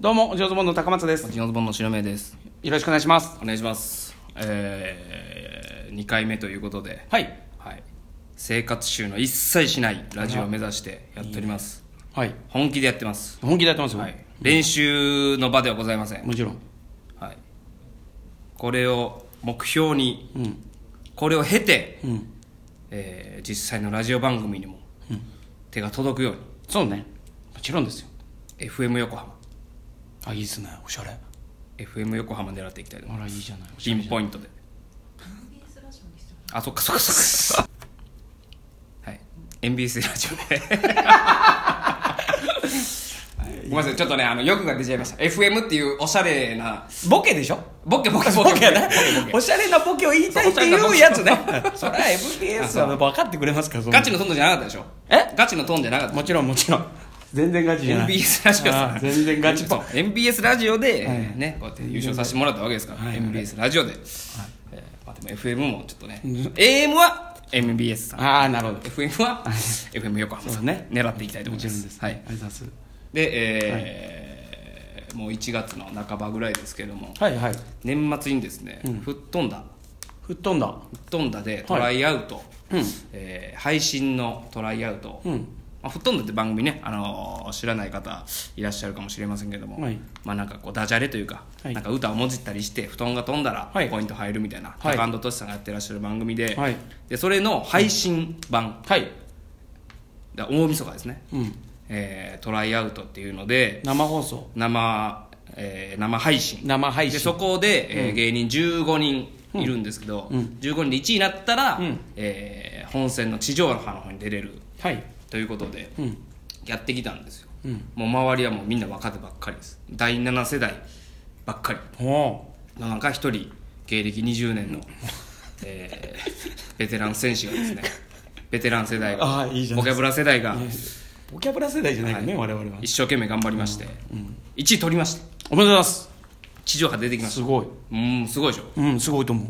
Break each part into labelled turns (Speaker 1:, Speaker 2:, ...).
Speaker 1: どうもジョズボンの高松です
Speaker 2: ジノズボンの白目です
Speaker 1: よろしくお願いします
Speaker 2: お願いしますえー、2回目ということで、
Speaker 1: はい
Speaker 2: はい、生活習の一切しないラジオを目指してやっております
Speaker 1: はい
Speaker 2: 本気でやってます、
Speaker 1: 本気でやってますよ、
Speaker 2: はい、練習の場ではございません、
Speaker 1: もちろん
Speaker 2: はい、これを目標に
Speaker 1: うん
Speaker 2: これを経て、
Speaker 1: うん
Speaker 2: えー実際のラジオ番組にも手が届くように、
Speaker 1: そうねもちろんですよ
Speaker 2: FM 横浜
Speaker 1: あいいっすねおしゃれ
Speaker 2: FM 横浜狙っていきたいと思い
Speaker 1: あ
Speaker 2: ま
Speaker 1: らいいじゃない
Speaker 2: すピンポイントであそっかそっかそっかはい NBS ラジオではいごめんなさいちょっとねあの欲が出ちゃいました FM っていうおしゃれな
Speaker 1: ボケでしょ
Speaker 2: ボケボケボケボケボケボケ
Speaker 1: おしゃれなボケを言いたいっていうやつねそりゃ MBS は分かってくれますからそんな
Speaker 2: ガチのトーンじゃなかったでしょ
Speaker 1: え
Speaker 2: ガチのトーンじゃなかった
Speaker 1: もちろんもちろん全然ガチじゃない
Speaker 2: NBS ラジオ
Speaker 1: あー全然ガチポン
Speaker 2: NBS ラジオで、
Speaker 1: はい
Speaker 2: ねこうやって優勝させてもらったわけですから、
Speaker 1: はい
Speaker 2: NBS ラジオで、えーまあ、でも FM もちょっとね AM は MBS さん
Speaker 1: ああなるほど
Speaker 2: FM は FM 横浜
Speaker 1: そ
Speaker 2: さ
Speaker 1: うんね
Speaker 2: 狙っていきたいと
Speaker 1: も
Speaker 2: 思
Speaker 1: ち
Speaker 2: いま
Speaker 1: ろん
Speaker 2: す
Speaker 1: です
Speaker 2: は
Speaker 1: はい
Speaker 2: い
Speaker 1: ありがとうございます
Speaker 2: で、えーもう1月の半ばぐらいですけども
Speaker 1: はいはい
Speaker 2: 年末にですね、吹っ飛んだ
Speaker 1: 吹っ飛んだ
Speaker 2: 吹っ飛んだでトライアウト、
Speaker 1: うん
Speaker 2: えー配信のトライアウト、
Speaker 1: うん
Speaker 2: まあ、吹っ飛んだって番組ね、あのー知らない方いらっしゃるかもしれませんけども、
Speaker 1: はい
Speaker 2: まあなんかこうダジャレというか、
Speaker 1: はい
Speaker 2: なんか歌をもじったりして布団が飛んだら
Speaker 1: はい
Speaker 2: ポイント入るみたいな、
Speaker 1: はい
Speaker 2: 高安俊さんがやってらっしゃる番組で,、
Speaker 1: はい
Speaker 2: でそれの配信版、
Speaker 1: はい
Speaker 2: だ大晦日ですね、
Speaker 1: うん
Speaker 2: えートライアウトっていうので
Speaker 1: 生放送
Speaker 2: 生,、えー生配信
Speaker 1: 生配
Speaker 2: で
Speaker 1: 信
Speaker 2: そこで、えー芸人15人いるんですけど、15人で1位になったら、
Speaker 1: うん
Speaker 2: えー本戦の地上波の方に出れる
Speaker 1: はい
Speaker 2: ということで、
Speaker 1: うん
Speaker 2: やってきたんですよ、もう周りはもうみんな若手ばっかりです第7世代ばっかり
Speaker 1: おお
Speaker 2: の中1人芸歴20 年の、えーベテラン選手がで すねベテラン世代が
Speaker 1: あーいいじゃな
Speaker 2: ボ
Speaker 1: い
Speaker 2: キャブラ世代が
Speaker 1: ボキャブラ世代じゃないからね、我々は
Speaker 2: 一生懸命頑張りまして、1位取りまし
Speaker 1: お
Speaker 2: た
Speaker 1: めでとうございます
Speaker 2: 地上波出てきまし
Speaker 1: すごい
Speaker 2: たうんすごいでしょ
Speaker 1: うんすごいと思う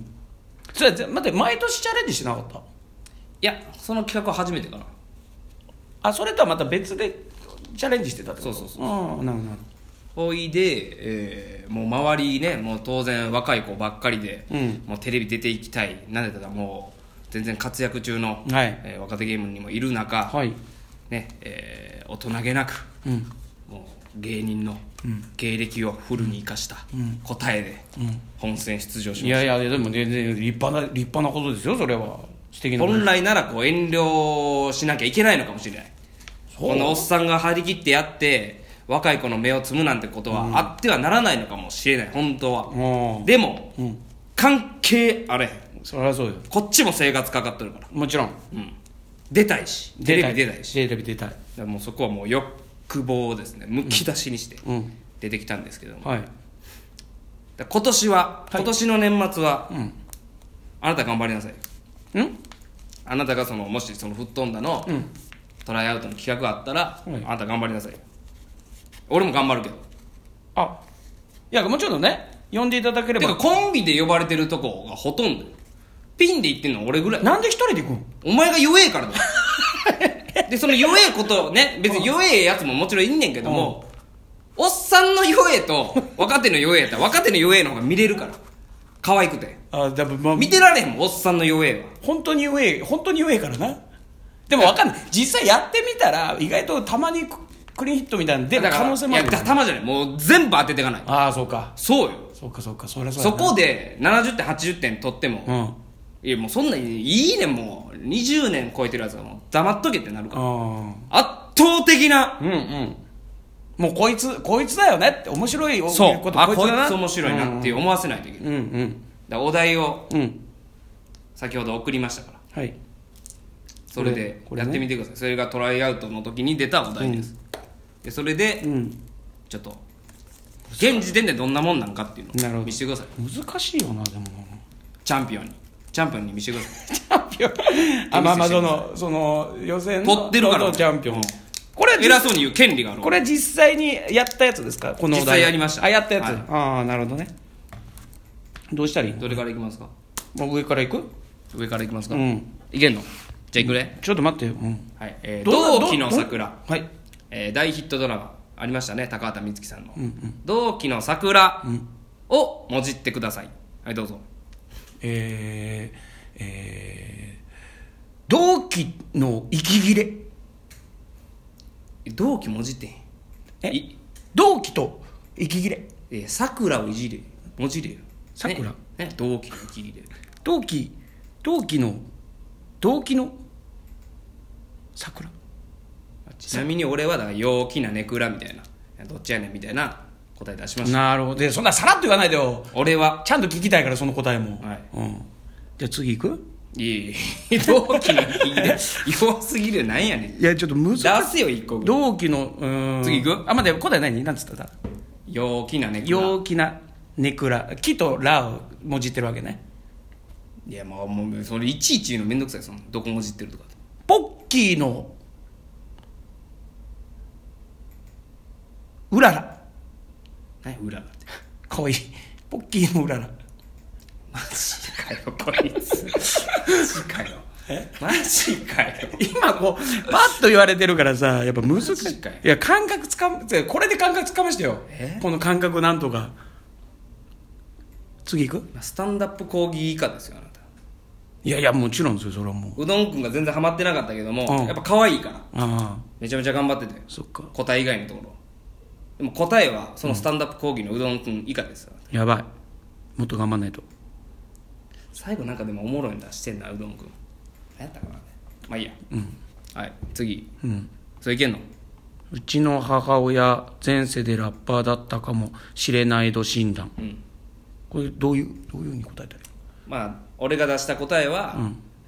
Speaker 1: それぜ待って毎年チャレンジしてなかった
Speaker 2: いやその企画は初めてかな
Speaker 1: あそれとはまた別でチャレンジしてたってこと
Speaker 2: そうそう
Speaker 1: そうああなるほどなる
Speaker 2: ほいで、えーもう周りねもう当然若い子ばっかりで、
Speaker 1: うん
Speaker 2: もうテレビ出ていきたいなんでたらもう全然活躍中の、
Speaker 1: はい
Speaker 2: えー若手ゲームにもいる中、
Speaker 1: ほどはい
Speaker 2: ねえー大人げなく
Speaker 1: うん
Speaker 2: もう芸人の芸歴をフルに生かした答えで本戦出場し
Speaker 1: い
Speaker 2: まし
Speaker 1: やいやでも全然立派な立派なことですよそれは素敵
Speaker 2: た
Speaker 1: なこと
Speaker 2: 本来ならこう遠慮しなきゃいけないのかもしれない
Speaker 1: そう
Speaker 2: このおっさんが張り切ってやって若い子の目をつむなんてことはあってはならないのかもしれない本当は、
Speaker 1: うん
Speaker 2: でも、
Speaker 1: うん
Speaker 2: 関係あれへん
Speaker 1: そりゃそうよ
Speaker 2: こっちも生活かかっとるから、
Speaker 1: もちろん
Speaker 2: うん、出たいしテレビ出たいし
Speaker 1: テレビ出たい
Speaker 2: だからもうそこはもう欲望をですねむき出しにして
Speaker 1: うん
Speaker 2: 出てきたんですけども、だか
Speaker 1: はい
Speaker 2: ら今年は、今年の年末は、
Speaker 1: ん
Speaker 2: あなた頑張りなさい
Speaker 1: うん
Speaker 2: あなたがそのもしその吹っ飛んだの、
Speaker 1: ん
Speaker 2: トライアウトの企画があったら、
Speaker 1: はい
Speaker 2: あなた頑張りなさい俺も頑張るけど
Speaker 1: あいやもちろんね呼んでいただけれ
Speaker 2: てか
Speaker 1: ば
Speaker 2: コンビで呼ばれてるとこがほとんどピンで行ってんの俺ぐらい
Speaker 1: なんで一人で行くの
Speaker 2: お前が弱えからだ よでその弱えことね別に弱えやつももちろんいんねんけども、おっさんの弱えと若手の弱えやったら若手の弱えの方が見れるから可愛くて
Speaker 1: あだぶまあ
Speaker 2: 見てられへんもんおっさんの弱えは
Speaker 1: 本当に弱え本当に弱えからなでもわかんない実際やってみたら意外とたまにククリーンヒットみたいなの出る
Speaker 2: だから
Speaker 1: 可能性もある
Speaker 2: いや頭じゃないもう全部当てていかない
Speaker 1: ああそうか
Speaker 2: そうよ
Speaker 1: そうかそうかそりゃそう
Speaker 2: そ
Speaker 1: やな
Speaker 2: こで70点80点取っても、
Speaker 1: うんあ
Speaker 2: いやもうそんなんいいねんもう20年超えてるやつはもう黙っとけってなるから圧倒的な
Speaker 1: あうんうんもうこいつこいつだよねって面白いお
Speaker 2: そう
Speaker 1: こと
Speaker 2: あ
Speaker 1: こいつ
Speaker 2: こい
Speaker 1: だな
Speaker 2: つ面白いなって思わせないといけない、
Speaker 1: うんうん
Speaker 2: だからお題を
Speaker 1: うんうん
Speaker 2: 先ほど送りましたから
Speaker 1: はい
Speaker 2: それで
Speaker 1: これこれ
Speaker 2: や
Speaker 1: ね
Speaker 2: ってみてくださいそれがトライアウトの時に出たお題です、でそれで
Speaker 1: うん
Speaker 2: ちょっと現時点でどんなもんなんかっていう
Speaker 1: なるほ
Speaker 2: のを
Speaker 1: ど
Speaker 2: 見せてください
Speaker 1: 難しいよなでも
Speaker 2: チャンピオンにチャンピオンに見せてく ださい
Speaker 1: チャンピオンあまあまあそのその予選の
Speaker 2: 取ってるから
Speaker 1: ロトチャンピオンこれは実
Speaker 2: 偉そうに言う権利がある
Speaker 1: これは実際にやったやつですかこのお題
Speaker 2: 実際やりました
Speaker 1: あやったやつ、
Speaker 2: はい
Speaker 1: ああなるほどねどうしたらいいの
Speaker 2: どれからいきますか
Speaker 1: もう上からいく
Speaker 2: 上からいきますか、
Speaker 1: うん
Speaker 2: いけんのじゃあいくれ、
Speaker 1: ちょっと待ってよ、うん
Speaker 2: はいえー
Speaker 1: どんな
Speaker 2: 同期の
Speaker 1: どん
Speaker 2: 桜
Speaker 1: はい
Speaker 2: えー大ヒットドラマ「ありましたね高畑充希さんの、同期の桜をもじってください、はいどうぞ
Speaker 1: えーえー同期の息切れ
Speaker 2: 同期もじってへん
Speaker 1: え
Speaker 2: い
Speaker 1: 同期と息切れ
Speaker 2: えー桜をいじれもじれよ
Speaker 1: 桜
Speaker 2: ねね同期の息切れ
Speaker 1: 同期同期の同期の桜
Speaker 2: あちなみに俺はだから陽気なネクラみたいなどっちやねんみたいな答え出しました
Speaker 1: なるほどでそんなさらっと言わないでよ
Speaker 2: 俺は
Speaker 1: ちゃんと聞きたいからその答えも、
Speaker 2: はい
Speaker 1: うん、じゃあ次行く
Speaker 2: いい 同期の息切れ弱すぎるよなんやね
Speaker 1: い
Speaker 2: ん
Speaker 1: やちょっとむ
Speaker 2: 出せよ一個ぐらい
Speaker 1: 同期のうーん
Speaker 2: 次行く
Speaker 1: あ待って答え何何つっただ
Speaker 2: 陽気なネクラ
Speaker 1: 陽気なネクラ木とラをもじってるわけね
Speaker 2: いやまあもうそれいちいち言うのめんどくさいそのどこもじってるとか
Speaker 1: ポッキーのうらら
Speaker 2: 何や裏がって
Speaker 1: かわいいポッキーのうらら
Speaker 2: マジかよこいつマジかよマジかよ
Speaker 1: 今こうパッと言われてるからさやっぱ難しい
Speaker 2: マジかよ
Speaker 1: いや感覚つかむこれで感覚つかましてよ
Speaker 2: え
Speaker 1: この感覚なんとか次行く
Speaker 2: まあスタンダップ講義以下ですよあなた
Speaker 1: いやいやもちろんですよそれはもう
Speaker 2: うどんくんが全然ハマってなかったけども、
Speaker 1: うん
Speaker 2: やっぱ可愛いから
Speaker 1: ああ
Speaker 2: めちゃめちゃ頑張ってて
Speaker 1: そっか
Speaker 2: 答え以外のところでも答えはそのスタンダップ講義のうどんくん以下ですよ
Speaker 1: やばいもっと頑張んないと
Speaker 2: 最後なんかでもおもろいの出してんなうどんくん何やったかなまあいいや、はい次、それいけんの
Speaker 1: うちの母親前世でラッパーだったかもしれない度診断
Speaker 2: うん
Speaker 1: これどういうどういうふうに答えたらいい
Speaker 2: まあ俺が出した答えは、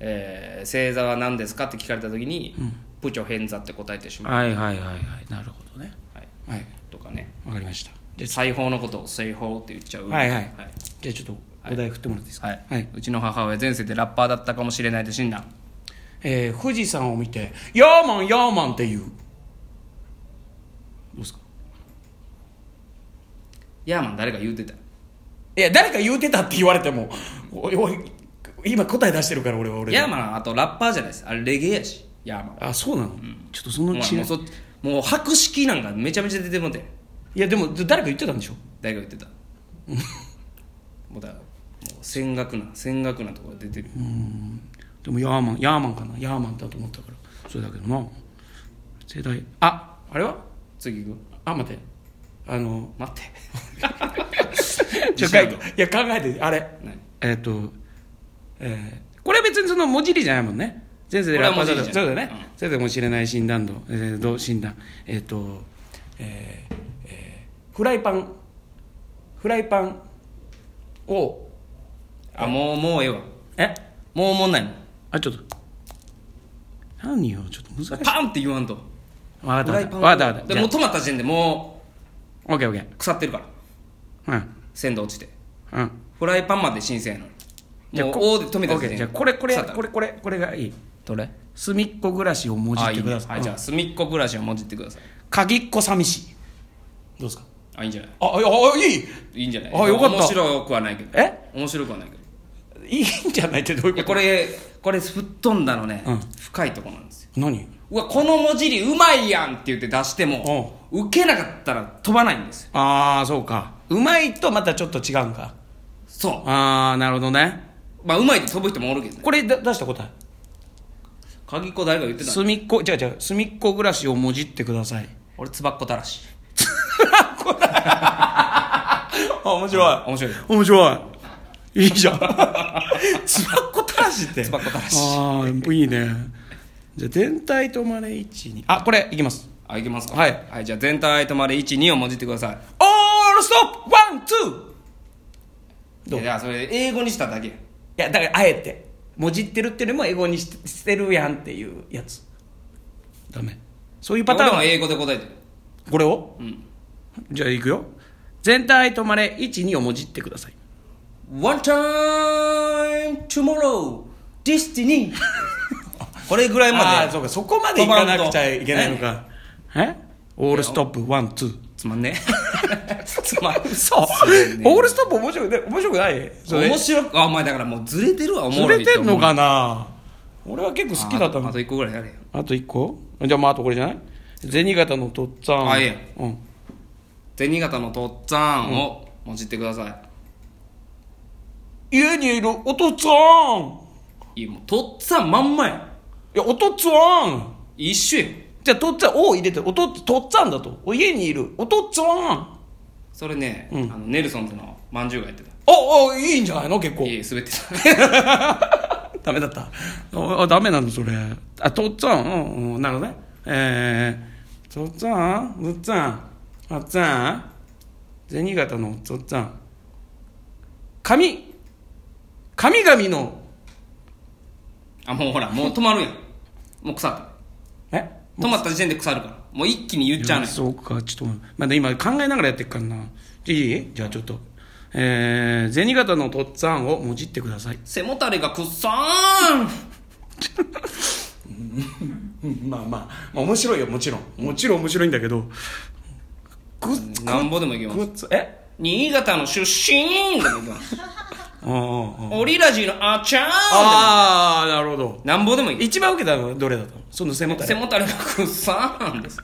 Speaker 2: えー星座は何ですかって聞かれた時に、プチョ偏座って答えてしまう、
Speaker 1: はいはいはいはいなるほどね
Speaker 2: はい、
Speaker 1: はい
Speaker 2: とかね
Speaker 1: わかりました
Speaker 2: で裁縫のことを裁縫って言っちゃう
Speaker 1: はいはい
Speaker 2: はい
Speaker 1: じゃあちょっとお題振ってもらっていいですか
Speaker 2: はいうちの母親前世でラッパーだったかもしれないで診断
Speaker 1: えー富士山を見て「ヤーマンヤーマン」って言うどうですか
Speaker 2: ヤーマン誰が言うてた
Speaker 1: いや誰か言うてたって言われてもおいおい今答え出してるから俺は俺で
Speaker 2: ヤーマンあとラッパーじゃないですあれレゲエやしヤーマン
Speaker 1: あそうなの、ちょっとその違
Speaker 2: もうも
Speaker 1: いう
Speaker 2: そもう白色なんかめちゃめちゃ出てもて
Speaker 1: いやでも誰か言ってたんでしょ
Speaker 2: 誰が言って たもうだもう戦学な戦学なとこが出てる
Speaker 1: でもヤーマンヤーマンかなヤーマンだと思ったからそれだけどな世代ああれは
Speaker 2: 次行く
Speaker 1: あ待ってあ の
Speaker 2: 待って
Speaker 1: ちょ
Speaker 2: 自信ある
Speaker 1: いや考えてあれ
Speaker 2: 何
Speaker 1: えっ、とえーこれは別にその文字りじゃないもんね前世でラッパーだ
Speaker 2: これ
Speaker 1: と
Speaker 2: は文字りじ
Speaker 1: そ
Speaker 2: ゃ
Speaker 1: う
Speaker 2: な
Speaker 1: だ
Speaker 2: い
Speaker 1: よね、
Speaker 2: うん
Speaker 1: それでも知れない診断度、えー、どう診断えっ、とえーえーフライパンフライパンを
Speaker 2: あもうもうええわ
Speaker 1: え
Speaker 2: もうおもんないもん
Speaker 1: あちょっと何よちょっと難しい分
Speaker 2: パンって言わんと
Speaker 1: かった
Speaker 2: フ
Speaker 1: 分か
Speaker 2: ラ
Speaker 1: っ
Speaker 2: イ
Speaker 1: た
Speaker 2: パン
Speaker 1: 分かった分かった
Speaker 2: でもう止まった時点でも
Speaker 1: オッケーオッケ
Speaker 2: う腐ってるから
Speaker 1: ーうん
Speaker 2: 鮮度落ちて
Speaker 1: うん
Speaker 2: フライパンまで申請やの
Speaker 1: じゃあ
Speaker 2: もう
Speaker 1: こ
Speaker 2: 「お」で止めた
Speaker 1: オッケ
Speaker 2: 時
Speaker 1: ー
Speaker 2: 点
Speaker 1: じゃあこれこれ
Speaker 2: 腐った
Speaker 1: これこれこれがいい
Speaker 2: どれ
Speaker 1: 隅っこ暮らしをもじ
Speaker 2: あ
Speaker 1: っ
Speaker 2: い
Speaker 1: て
Speaker 2: い
Speaker 1: く
Speaker 2: ね
Speaker 1: ださ
Speaker 2: はいいじゃあ隅っこ暮らしをもじってください
Speaker 1: 鍵っ子寂しいどうですか
Speaker 2: あいいんじゃない
Speaker 1: あいやあいい
Speaker 2: いいんじゃない
Speaker 1: あよかった
Speaker 2: 面白くはないけど
Speaker 1: え
Speaker 2: 面白くはないけど
Speaker 1: いいんじゃないってどういう
Speaker 2: い
Speaker 1: こと
Speaker 2: やこれこれ吹っ飛んだのね、
Speaker 1: うん
Speaker 2: 深いとこなんですよ
Speaker 1: 何
Speaker 2: うわこの文字りうまいやんって言って出しても受けなかったら飛ばないんですよ
Speaker 1: ああそうかうまいとまたちょっと違うんか
Speaker 2: そ
Speaker 1: ああなるほどね
Speaker 2: うまあうまいって飛ぶ人もおるけどね
Speaker 1: これだ出した答え
Speaker 2: 鍵っ子誰が言ってたの
Speaker 1: 隅っこじゃあじゃあ隅っこ暮らしをもじってください
Speaker 2: 俺つばっこたらし
Speaker 1: あ面白
Speaker 2: 面白いよ
Speaker 1: い面白いいいじ ゃんつばっこたらしって
Speaker 2: つばっこたらし
Speaker 1: ああいいねじゃあ全体とまね12あこれいきます
Speaker 2: あいけますか
Speaker 1: はい、
Speaker 2: じゃあ全体とまで12を文字ってください
Speaker 1: オールストップワンツーどう
Speaker 2: いやそれ英語にしただけや
Speaker 1: いやだからあえてもじってるっていうよりも英語にししてるやんっていうやつダメそういうパターン
Speaker 2: 俺も
Speaker 1: は
Speaker 2: 英語で答えてる
Speaker 1: これを
Speaker 2: うん
Speaker 1: じゃあいくよ全体とまれ12をもじってください
Speaker 2: One time tomorrow destiny これぐらい
Speaker 1: あ
Speaker 2: ま
Speaker 1: あ
Speaker 2: で
Speaker 1: そうかそこまでいかなくちゃいけないのかえオールストップワンツー
Speaker 2: つまん ねえつまん
Speaker 1: そうオールストップ面白くない面白くないそれ
Speaker 2: 面白くあお前だからもうずれてるわおも
Speaker 1: ず
Speaker 2: ろい
Speaker 1: れてんのか
Speaker 2: な
Speaker 1: な俺は結構好きだった
Speaker 2: あ
Speaker 1: の
Speaker 2: と一個ぐらいやれよ
Speaker 1: あと1個じゃあまああとこれじゃない銭形のとっつぁん
Speaker 2: あえ
Speaker 1: うん
Speaker 2: 銭形のとっつぁんをもじってくださ
Speaker 1: 家にいるおとっつぁん
Speaker 2: いいやもうとっつぁんまんまや
Speaker 1: いやおとっつぁん
Speaker 2: 一緒や
Speaker 1: じゃあとっつぁん「お」を入れておとっとっつぁんだとお家にいるおとっつぁん
Speaker 2: それね、
Speaker 1: うん
Speaker 2: あのネルソンズのまんじゅうがやってた
Speaker 1: おおいいんじゃないの結構
Speaker 2: いえ滑ってた
Speaker 1: ダメだったああダメなのそれあとっつぁんうんうんなるほどねえー、とっつぁんむっつぁんあっつぁん銭形のとっつぁん神神々の
Speaker 2: あもうほらもう止まるやんもう腐った
Speaker 1: え
Speaker 2: 止まった時点で腐るからもう一気に言っちゃうねん
Speaker 1: そうかちょっとまだ今考えながらやってっからなじゃあいいじゃあちょっとえー、銭形のとっつぁんをもじってください
Speaker 2: 背もたれがくっさーん
Speaker 1: まあまあ、まあ、面白いよもちろんもちろん面白いんだけどくっつ
Speaker 2: なんぼでもいけます
Speaker 1: くっつえ
Speaker 2: 新潟の出身でもいけます
Speaker 1: ああ
Speaker 2: オリラジのあちゃーん
Speaker 1: ああなるほど
Speaker 2: でもなんぼでもいけ
Speaker 1: 一番受けたのはどれだったのその背も
Speaker 2: ま
Speaker 1: た
Speaker 2: す
Speaker 1: れ
Speaker 2: 背もたれがくっさーんです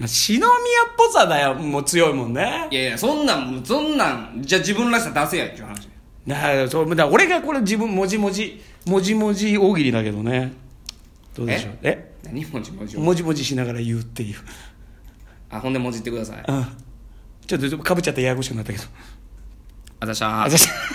Speaker 1: まあ篠宮っぽさだよもう強いもんね
Speaker 2: いやいやそんなんそんなんじゃあ自分らしさ出せやっていう話
Speaker 1: だからそうだから俺がこれ自分もじもじもじもじ大喜利だけどねどうでしょうえ
Speaker 2: 何もじもじ
Speaker 1: もじもじしながら言うっていう
Speaker 2: あほんでもじってください
Speaker 1: うんちょっとかぶっちゃってややこしくなったけど
Speaker 2: あざっしゃー
Speaker 1: あざっしゃ